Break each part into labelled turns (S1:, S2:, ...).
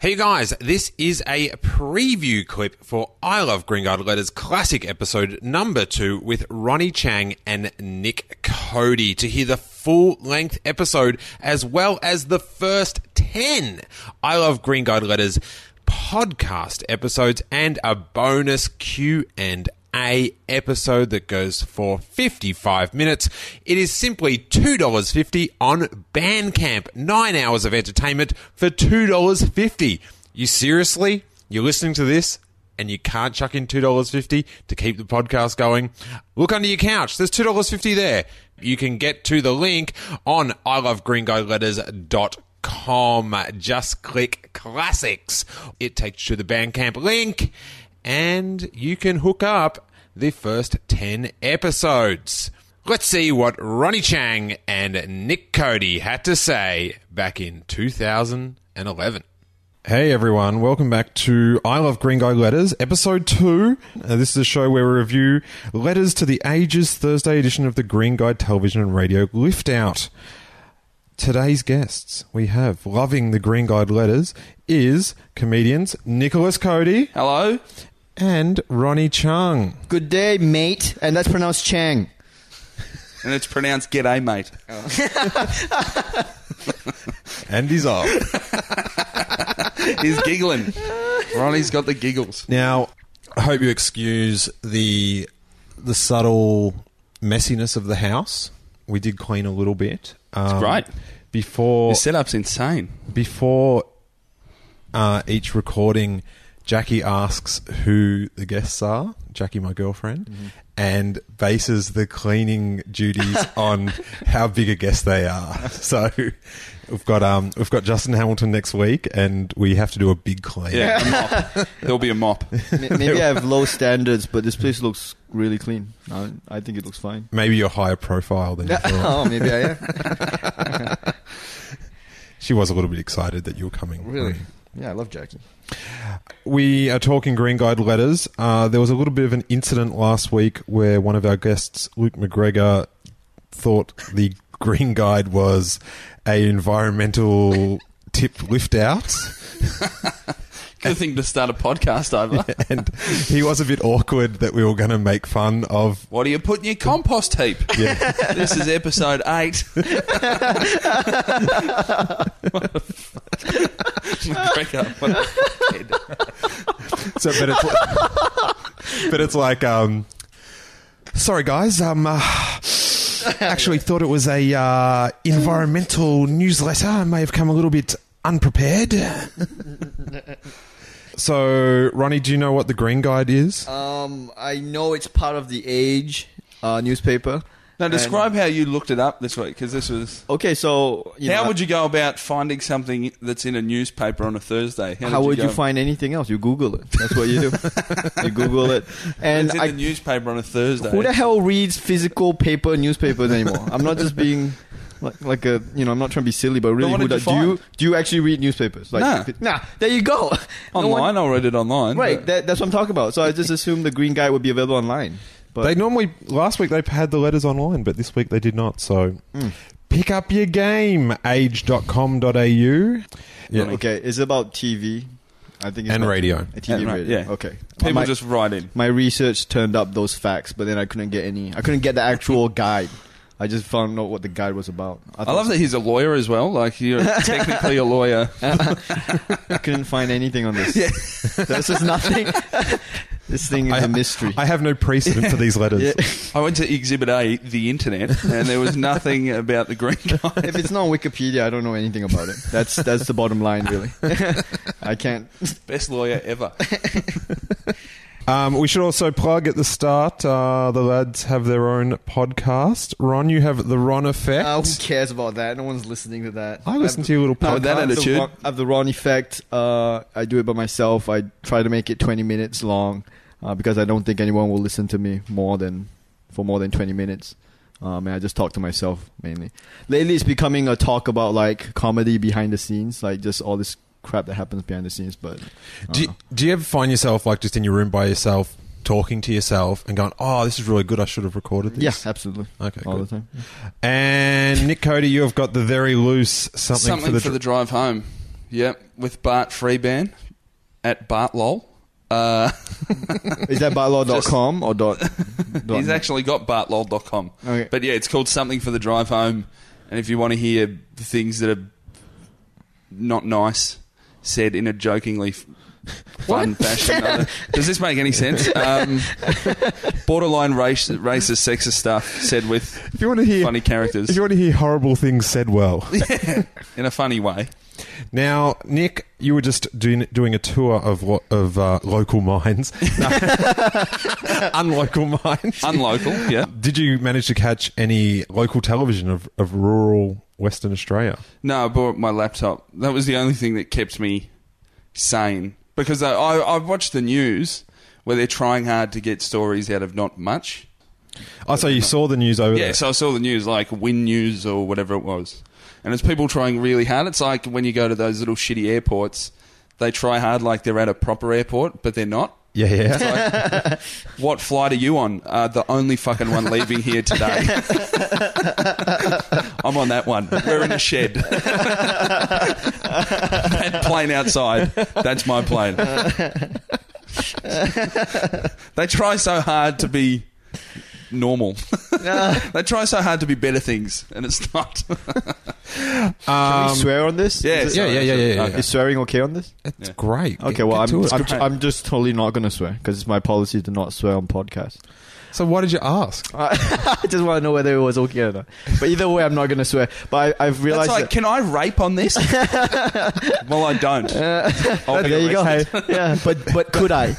S1: Hey guys, this is a preview clip for I Love Green Guide Letters classic episode number two with Ronnie Chang and Nick Cody. To hear the full length episode as well as the first 10 I Love Green Guide Letters podcast episodes and a bonus Q and a episode that goes for 55 minutes. It is simply $2.50 on Bandcamp. Nine hours of entertainment for $2.50. You seriously? You're listening to this and you can't chuck in $2.50 to keep the podcast going? Look under your couch. There's $2.50 there. You can get to the link on ilovegreenguideletters.com com. Just click classics. It takes you to the Bandcamp link and you can hook up the first 10 episodes. Let's see what Ronnie Chang and Nick Cody had to say back in 2011. Hey everyone, welcome back to I Love Green Guy Letters, episode two. Uh, this is a show where we review letters to the ages Thursday edition of the Green Guy Television and Radio Lift Out today's guests we have loving the green guide letters is comedians nicholas cody
S2: Hello.
S1: and ronnie chung
S3: Good day, mate. And that's pronounced Chang.
S2: And it's pronounced "g'day, mate."
S1: and he's off
S2: He's giggling. Ronnie's got the giggles.
S1: now i hope you excuse the the subtle messiness of the house we did clean a little bit um,
S2: great.
S1: before
S2: The setup's insane.
S1: before uh, each recording, Jackie asks who the guests are. Jackie, my girlfriend, and bases the cleaning duties on how big a guest they are. So we've got um we've got Justin Hamilton next week, and we have to do a big clean.
S2: Yeah, a mop. There'll be a mop.
S3: M- Maybe I have low standards, but this place looks really clean. I, I think it looks fine.
S1: Maybe you're higher profile than you thought.
S3: oh, maybe I am.
S1: She was a little bit excited that you were coming. Ronnie.
S3: Yeah, I love Jackie.
S1: We are talking Green Guide letters. Uh, there was a little bit of an incident last week where one of our guests, Luke McGregor, thought the Green Guide was a environmental tip lift out,
S2: Good thing to start a podcast over.
S1: and he was a bit awkward that we were going to make fun of.
S2: What do you put in your compost heap?
S1: Yeah,
S2: This is episode eight. McGregor, what a fuckhead.
S1: so but it's like, but it's like um, sorry guys, um. Uh, Actually, thought it was a uh, environmental newsletter. I may have come a little bit unprepared. so, Ronnie, do you know what the Green Guide is?
S3: Um, I know it's part of the Age uh, newspaper.
S2: Now describe how you looked it up this week because this was.
S3: Okay, so you
S2: how
S3: know,
S2: would you go about finding something that's in a newspaper on a Thursday?
S3: how, would you,
S2: go-
S3: find anything else? You Google it. That's what you do. you Google it, and
S2: It's in
S3: I,
S2: the newspaper on a Thursday.
S3: who the hell reads physical paper newspapers anymore? I'm not just being. Like, like a you know, I'm not trying to be silly, but really,
S2: what
S3: who
S2: did
S3: do,
S2: you
S3: do you
S2: find?
S3: do you actually read newspapers? Like,
S2: Nah.
S3: nah, there you go. No one-
S2: Online, I'll read it online.
S3: Right,
S2: but-
S3: that, that's what I'm talking about. So I just assumed the green guy would be available online. But
S1: they normally last week they had the letters online, but this week they did not. So, pick up your game. Age.com.au. Yeah,
S3: okay, it's about TV. I think it's
S1: and
S3: about-
S1: radio.
S3: uh, TV
S2: And ra-
S3: radio.
S2: yeah.
S3: Okay.
S2: People
S3: my,
S2: just write in.
S3: my research turned up those facts, but then I couldn't get any. I couldn't get the actual guide. I just found out what the guide was about.
S2: I love that he's a lawyer as well. Like you're technically a lawyer.
S3: I couldn't find anything on this. There's just nothing. this thing is a mystery.
S1: I have no precedent for these letters.
S3: Yeah.
S2: I went to Exhibit A, the internet, and there was nothing about the green guy.
S3: if it's not on Wikipedia, I don't know anything about it. That's that's the bottom line, really. I can't.
S2: Best lawyer ever.
S1: Um, we should also plug at the start. Uh, the lads have their own podcast. Ron, you have the Ron Effect.
S3: Uh, who cares about that? No one's listening to that.
S1: I listen to your little
S2: No,
S1: podcast.
S2: with that
S3: I've the
S2: attitude.
S3: Ron- I have the Ron effect. Uh, I do it by myself. I try to make it 20 minutes long uh, because I don't think anyone will listen to me more than for more than 20 minutes. Um, and I just talk to myself mainly. Lately, it's becoming a talk about like comedy behind the scenes, like just all this crap that happens behind the scenes. But uh,
S1: do, you, do you ever find yourself like just in your room by yourself, talking to yourself, and going, "Oh, this is really good. I should have recorded
S3: yeah,
S1: this."
S3: absolutely,
S1: Okay.
S3: all
S1: Good.
S3: the time.
S1: And Nick Cody, you have got the very loose something,
S2: Something
S1: for the.
S2: drive home. Yep, with Bart Freeban at Bartlol. Uh,
S3: Is that bylaw.com or dot? dot
S2: he's actually got bartlol.com.
S3: Okay.
S2: But yeah, it's called Something for the Drive Home. And if you want to hear things that are not nice said in a jokingly f- fun fashion, I don't- does this make any sense? Um, borderline race, racist, sexist stuff said with
S4: If you want to hear
S2: funny
S4: if
S2: characters
S4: you want to hear horrible things said well.
S2: in a funny way.
S1: Now, Nick, you were just doing doing a tour of lo- of uh, local mines, No. unlocal mines.
S2: Unlocal, yeah.
S1: Did you manage to catch any local television of, of rural Western Australia?
S2: No, I bought my laptop. That was the only thing that kept me sane because I, I, I've watched the news where they're trying hard to get stories out of not much.
S1: Oh, so you saw the news over
S2: Yeah, so I saw the news like Win News or whatever it was, and it's people trying really hard. It's like when you go to those little shitty airports, they try hard like they're at a proper airport, but they're not.
S1: there? Yeah, yeah.
S2: Like, what flight are you on? Uh, the only fucking one leaving here today. I'm on that one. We're in a shed. that plane outside. That's my plane. they try so hard to be normal. they try so hard to be better things, and it's not.
S1: Um,
S3: Can we swear on this?
S2: yeah,
S3: Is, it-
S1: yeah, yeah, yeah, yeah, yeah.
S2: Okay.
S3: is swearing okay on this?
S1: That's
S2: Yeah.
S1: great.
S3: Okay,
S1: Get-
S3: well,
S1: get
S3: I'm,
S1: to it.
S3: I'm, I'm just totally not going to swear because it's my policy to not swear on podcasts.
S1: so why did you ask?
S3: I just want to know whether it was okay or not. But either way, I'm not going to swear. But I, I've
S2: That's
S3: realized.
S2: like,
S3: that-
S2: can I rape on this? well, I don't. I'll be
S3: there you go.
S2: arrested.
S3: hey. Yeah, but but could I?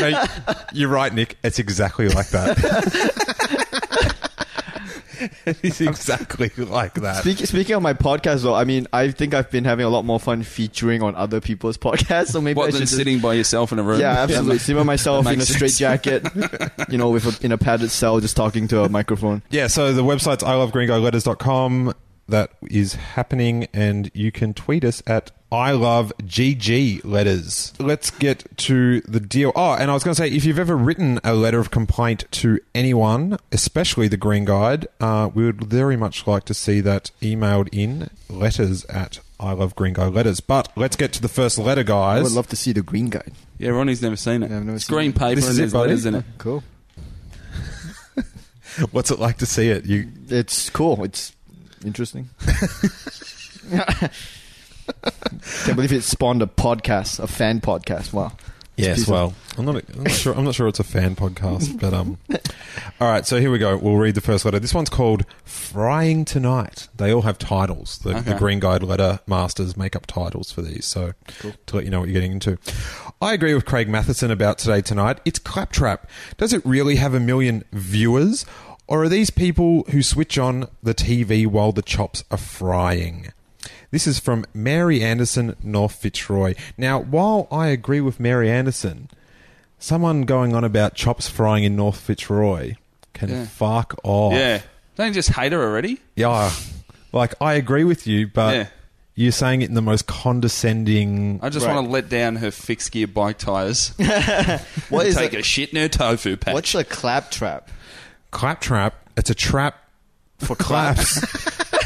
S1: No, you're right, Nick. It's exactly like that. it's exactly like that.
S3: Speak, speaking of my podcast, though, I mean, I think I've been having a lot more fun featuring on other people's podcasts. So maybe I
S2: What
S3: should
S2: than
S3: just-
S2: sitting by yourself in a room?
S3: Yeah, absolutely.
S2: ma-
S3: See myself
S2: that
S3: in a
S2: makes
S3: straight jacket, you know, with a, in a padded cell, just talking to a microphone.
S1: Yeah, so the website's I love gringoletters.com. That is happening, and you can tweet us at I love GG letters. Let's get to the deal. Oh, and I was going to say if you've ever written a letter of complaint to anyone, especially the Green Guide, uh, we would very much like to see that emailed in letters at I love gringo letters. But let's get to the first letter,
S3: I
S1: guys.
S3: would love to see the green guide.
S2: Yeah, Ronnie's never seen it.
S3: Yeah, I've never
S2: it's
S3: seen
S2: green
S3: it.
S2: paper
S1: This
S2: and
S1: is it,
S2: there's
S1: buddy?
S2: letters in it.
S3: Cool.
S1: What's it like to see it? You
S3: It's cool. It's interesting. Can't believe it spawned a podcast, a fan podcast. Wow. piece
S1: Yes,
S3: of-
S1: well, I'm not, I'm not sure. I'm not sure it's a fan podcast, but um, all right. So here we go. We'll read the first letter. This one's called "Frying Tonight." They all have titles. The, the
S2: Okay.
S1: Green Guide letter masters make up titles for these. So to let you know what you're getting into, I agree with Craig Matheson about today tonight. It's claptrap. Does it really have a million viewers, or are these people who switch on the TV while the chops are frying? This is from Mary Anderson, North Fitzroy. Now, while I agree with Mary Anderson, someone going on about chops frying in North Fitzroy can
S2: Yeah.
S1: fuck off.
S2: Yeah. Don't you just hate her already?
S1: Yeah. Like, I agree with you, but
S2: Yeah.
S1: you're saying it in the most condescending.
S2: I just
S3: Right.
S2: want to let down her fixed gear bike tyres.
S3: What is
S2: take
S3: a,
S2: a shit in her tofu patch.
S3: what's a claptrap?
S1: Claptrap, it's a trap for claps.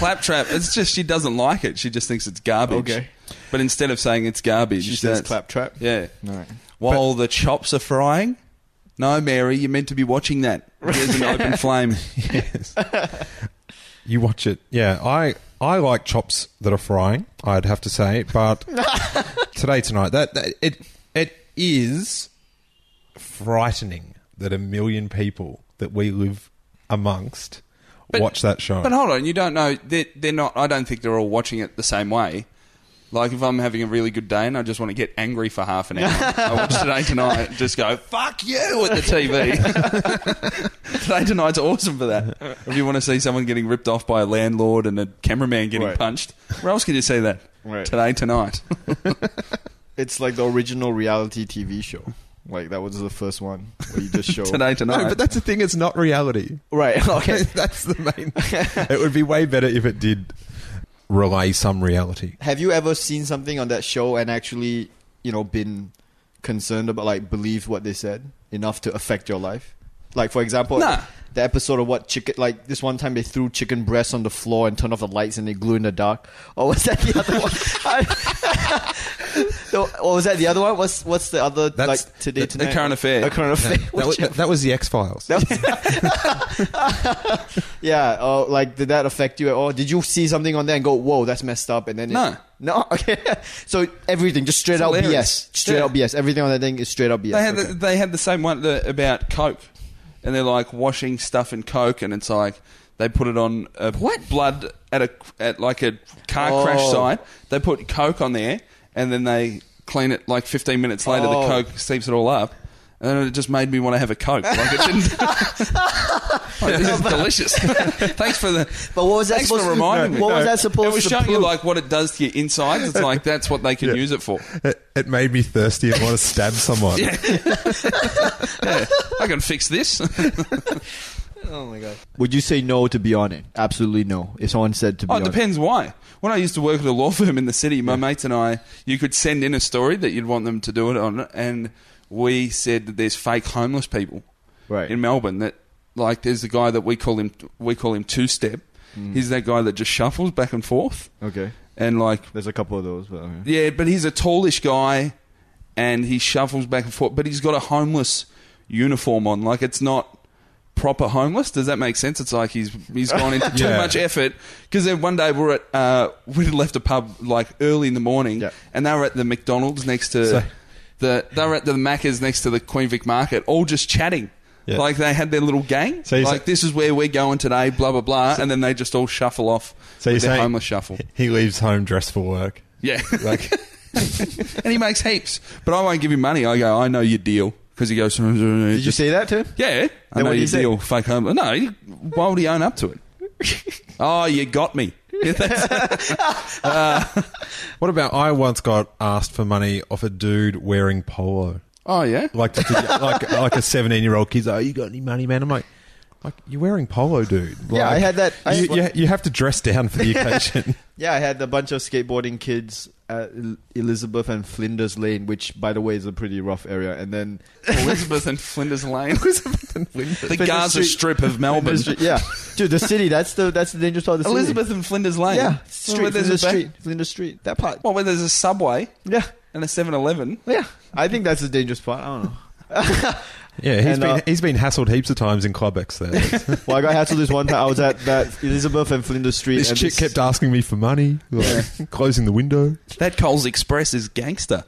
S2: claptrap? It's just she doesn't like it. She just thinks it's garbage.
S3: Okay.
S2: But instead of saying it's garbage,
S3: She says
S2: that's-
S3: claptrap.
S2: Yeah.
S3: All right.
S2: While the chops are frying. No, Mary, you're meant to be watching that. There's an open flame.
S1: yes. You watch it. Yeah, I I like chops that are frying. I'd have to say, but today tonight that, that it it is frightening that a million people that we live amongst
S2: But-
S1: watch that show.
S2: But hold on, you don't know. They're, they're not. I don't think they're all watching it the same way. Like if I'm having a really good day and I just want to get angry for half an hour, I watch today tonight. and Just go fuck you at the TV. today tonight's awesome for that. If you want to see someone getting ripped off by a landlord and a cameraman getting
S3: Right.
S2: punched, where else can you see that?
S3: Right.
S2: Today tonight.
S3: It's like the original reality TV show. Like that was the first one where you just show.
S2: today tonight.
S1: no, but that's the thing. It's not reality.
S3: Right. Okay.
S1: that's the main. it would be way better if it did relay some reality.
S3: Have you ever seen something on that show and actually, you know, been concerned about like believed what they said enough to affect your life? Like for example,
S2: Nah.
S3: the episode of what chicken like this one time they threw chicken breasts on the floor and turned off the lights and they glue in the dark. Or was that the other one? I- No, or was that the other one? What's what's the other
S5: That's-
S3: like today
S5: the-
S2: the
S3: tonight?
S2: current affair.
S3: A current affair.
S5: That was, that was the X Files.
S3: That was- yeah. Or like, did that affect you at all? Did you see something on there and go, "Whoa, that's messed up"? And then it-
S2: No.
S3: no. Okay. so everything just straight
S2: It's
S3: out
S2: hilarious.
S3: BS. Straight
S2: Yeah.
S3: out BS. Everything on that thing is straight out BS.
S2: they had
S3: Okay.
S2: the, they had the same one the, about Coke, and they're like washing stuff in Coke, and it's like they put it on a what blood at a at like a car crash
S3: Oh.
S2: site. They put Coke on there, and then they clean it like 15 minutes later.
S3: Oh.
S2: The Coke seeps it all up. And then it just made me want to have a Coke. Like it didn't. Like, this is delicious. Thanks for the.
S3: But what was that
S2: Thanks
S3: supposed
S2: for
S3: to-
S2: reminding me.
S3: what was that supposed
S2: It was
S3: to
S2: showing you
S3: prove?
S2: like what it does to your insides. It's like that's what they can
S4: Yeah.
S2: use it for.
S4: It, it made me thirsty and want to stab someone.
S2: Yeah, I can fix this.
S3: Oh my god. Would you say no to be on it? Absolutely no. If someone said to be
S2: Oh,
S3: on
S2: it depends why. When I used to work at a law firm in the city, my mates and I, you could send in a story that you'd want them to do it on, and we said that there's fake homeless people
S3: it, right?
S2: in Melbourne. That like there's a guy that we call him we call him two step. He's that guy that just shuffles back and forth,
S3: okay,
S2: and like
S3: there's a couple of those, but okay.
S2: yeah, but he's a tallish guy, and he shuffles back and forth. But he's got a homeless uniform on. Like it's not proper homeless. Does that make sense? It's like he's he's gone into too
S4: Yeah.
S2: much effort. Because then one day we're at uh, we left a pub like early in the morning,
S3: Yeah.
S2: and they were at the McDonald's next to
S4: So-
S2: the they were at the Macca's next to the Queen Vic Market, all just chatting.
S4: Yeah.
S2: Like they had their little gang.
S4: So you're
S2: like
S4: sa-
S2: this is where we're going today, blah blah blah, and then they just all shuffle off.
S4: So you're
S2: with their
S4: saying
S2: homeless shuffle?
S4: he leaves home dressed for work.
S2: Yeah.
S4: Like,
S2: and he makes heaps. But I won't give him money. I go, I know your deal. Because he goes,
S3: Did you say that to him?
S2: Yeah, I
S3: Then
S2: know
S3: what do
S2: your
S3: you say?
S2: deal. Fake home. No, he- why would he own up to it? oh, you got me. Yeah, that's-
S5: What about I once got asked for money off a dude wearing polo,
S2: oh yeah.
S5: like to, to- like like a seventeen year old kid's. Oh, you got any money, man? I'm like, like you're wearing polo, dude.
S3: Yeah, I
S5: Like,
S3: had that. I,
S5: you, you, you have to dress down for the occasion.
S3: yeah, I had a bunch of skateboarding kids at El- Elizabeth and Flinders Lane, which, by the way, is a pretty rough area. And then
S2: Elizabeth and Flinders Lane. the Gaza
S3: Street.
S2: Strip of Melbourne.
S3: yeah, dude, the city. That's the that's the dangerous part of the city.
S2: Elizabeth and Flinders Lane.
S3: yeah,
S2: Where
S3: street,
S2: there's
S3: Flinders
S2: a ba-
S3: Street, Flinders Street. That part.
S2: Well, where there's a subway
S3: Yeah,
S2: and a 7-Eleven.
S3: yeah. I think that's the dangerous part. I don't know.
S5: yeah, he's
S3: And,
S5: been
S3: uh,
S5: he's been hassled heaps of times in club X. There,
S3: Well, I got hassled this one time. I was at that Elizabeth and Flinders Street.
S5: this
S3: and
S5: chick kept asking me for money, like, closing the window.
S2: That Coles Express is gangster.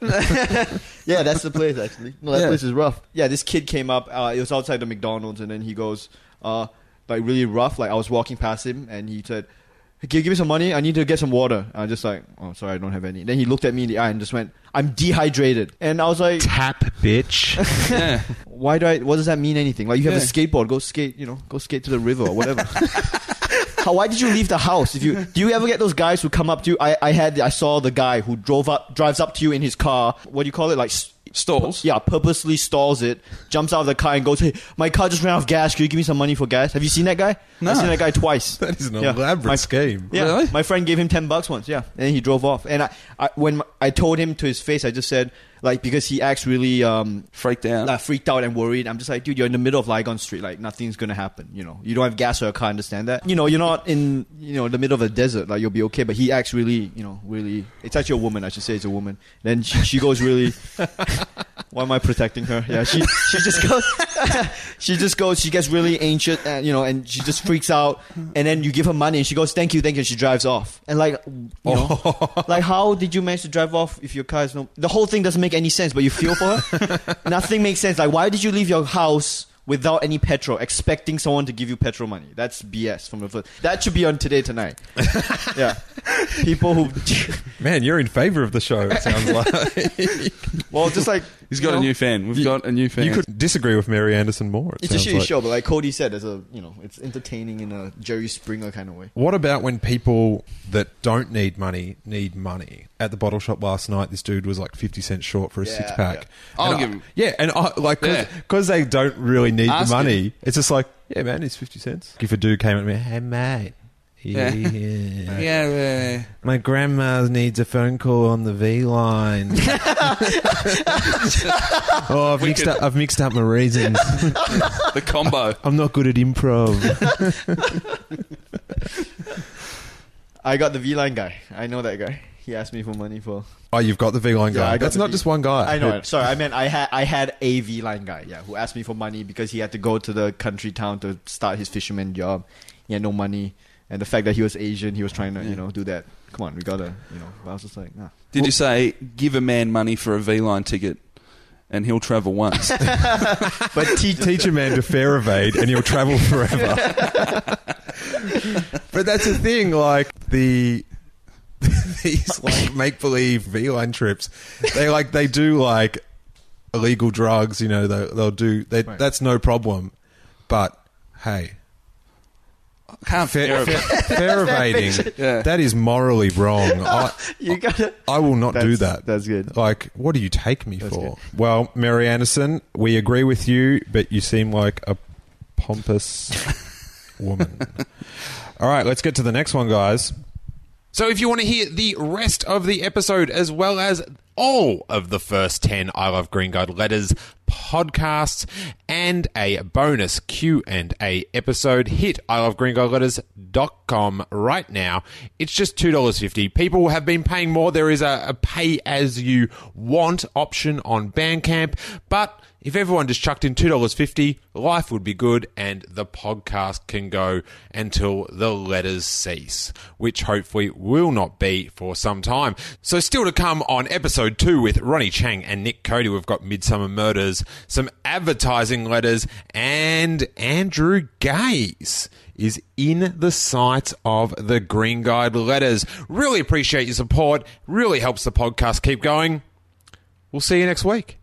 S3: Yeah, that's the place actually. No, that
S2: Yeah.
S3: place is rough. Yeah, this kid came up. Uh, it was outside the McDonald's, and then he goes, uh, like really rough. Like I was walking past him, and he said, hey, "Can you give me some money? I need to get some water." I just like, "Oh, sorry, I don't have any." Then he looked at me in the eye and just went, "I'm dehydrated," and I was like,
S5: Tap, bitch.
S2: yeah.
S3: "Why do I? What does that mean anything? Like you have a
S2: Yeah.
S3: skateboard, go skate, you know, go skate to the river or whatever." How, why did you leave the house? If you do you ever get those guys who come up to you? I, I had I saw the guy who drove up drives up to you in his car. What do you call it? Like s-
S2: Stalls.
S3: yeah, purposely stalls it, jumps out of the car and goes, "Hey, my car just ran out of gas. Can you give me some money for gas?" Have you seen that guy?
S2: No.
S3: I've seen that guy twice.
S5: That is an
S3: Yeah.
S5: elaborate
S3: My-
S5: scheme.
S3: Yeah,
S2: Really?
S3: my friend gave him ten bucks once. Yeah, and he drove off. And I, I when my- I told him to his face, I just said like because he acts really um
S2: Freaked out.
S3: like freaked out and worried. I'm just like, dude, you're in the middle of Lygon Street. Like nothing's gonna happen. You know, you don't have gas or a car. Understand that? You know, you're not in you know the middle of a desert. Like you'll be okay. But he acts really, you know, really. It's actually a woman. I should say it's a woman. Then she, she goes really. Why am I protecting her? Yeah, she she just goes. she just goes. She gets really ancient, uh, you know, and she just freaks out. And then you give her money, and she goes, "Thank you, thank you." And she drives off. And like, you know, like how did you manage to drive off if your car is no? The whole thing doesn't make any sense. But you feel for her. Nothing makes sense. Like, why did you leave your house? Without any petrol, expecting someone to give you petrol money. That's BS from the first. That should be on today tonight. yeah. People who.
S5: Man, you're in favour of the show. It sounds like
S3: Well, just like.
S2: He's
S3: you
S2: got a
S3: know,
S2: new fan. We've got a new fan.
S5: you could disagree with Mary Anderson more. it
S3: It's a
S5: sounds
S3: shitty
S5: like.
S3: show, but like Cody said, there's a you know, it's entertaining in a Jerry Springer kind of way.
S5: What about when people that don't need money need money? At the bottle shop last night, this dude was like fifty cents short for a
S3: Yeah,
S5: six pack.
S3: yeah.
S2: I'll
S5: And I-
S2: give him-
S5: Yeah, and I like
S2: Yeah.
S5: because they don't really need
S2: Ask
S5: the money. It's just like, yeah, man, it's fifty cents. If a dude came at me, hey mate,
S2: Yeah. Yeah, uh,
S5: My grandma needs a phone call on the V line. oh, I've
S2: We
S5: mixed,
S2: could-
S5: up, I've mixed up my reasons.
S2: the combo.
S5: I'm not good at improv.
S3: I got the V line guy. I know that guy. He asked me for money for.
S5: oh, you've got the V line
S3: Yeah, I
S5: guy.
S3: got
S5: That's
S3: the
S5: not
S3: V-
S5: just one
S1: Uh,
S5: guy.
S3: I know.
S5: It-
S3: it. Sorry, I meant I had I had a V line guy. Yeah, who asked me for money because he had to go to the country town to start his fisherman job. He had no money, and the fact that he was Asian, he was trying to you
S2: Yeah.
S3: know do that. Come on, we gotta you know. I was just like, nah.
S2: Did you say give a man money for a V line ticket, and he'll travel once?
S3: But teach
S5: Teach a man to fair evade and he'll travel forever. but that's the thing, like the these like make believe V line trips. They like they do like illegal drugs, you know, they they'll do they
S3: Right.
S5: that's no problem. But hey,
S2: Can't
S5: fair, fair, fair evading
S2: Yeah.
S5: that is morally wrong. I,
S3: you gotta
S5: I will not do
S3: That's-
S5: that.
S3: That's good.
S5: Like, what do you take me
S3: That's
S5: for? Well, Mary Anderson, we agree with you, but you seem like a pompous woman. All right, let's get to the next one, guys.
S1: So if you want to hear the rest of the episode as well as all of the first 10 I Love Green Guide letters podcasts and a bonus Q&A episode hit I Love Green Guide letters.com right now. It's just $2.50. People have been paying more. There is a, a pay as you want option on Bandcamp, but if everyone just chucked in $2.50, life would be good and the podcast can go until the letters cease, which hopefully will not be for some time. So, still to come on episode two with Ronnie Chang and Nick Cody, we've got Midsummer Murders, some advertising letters, and Andrew Gaze is in the sights of the Green Guide letters. Really appreciate your support, really helps the podcast keep going. We'll see you next week.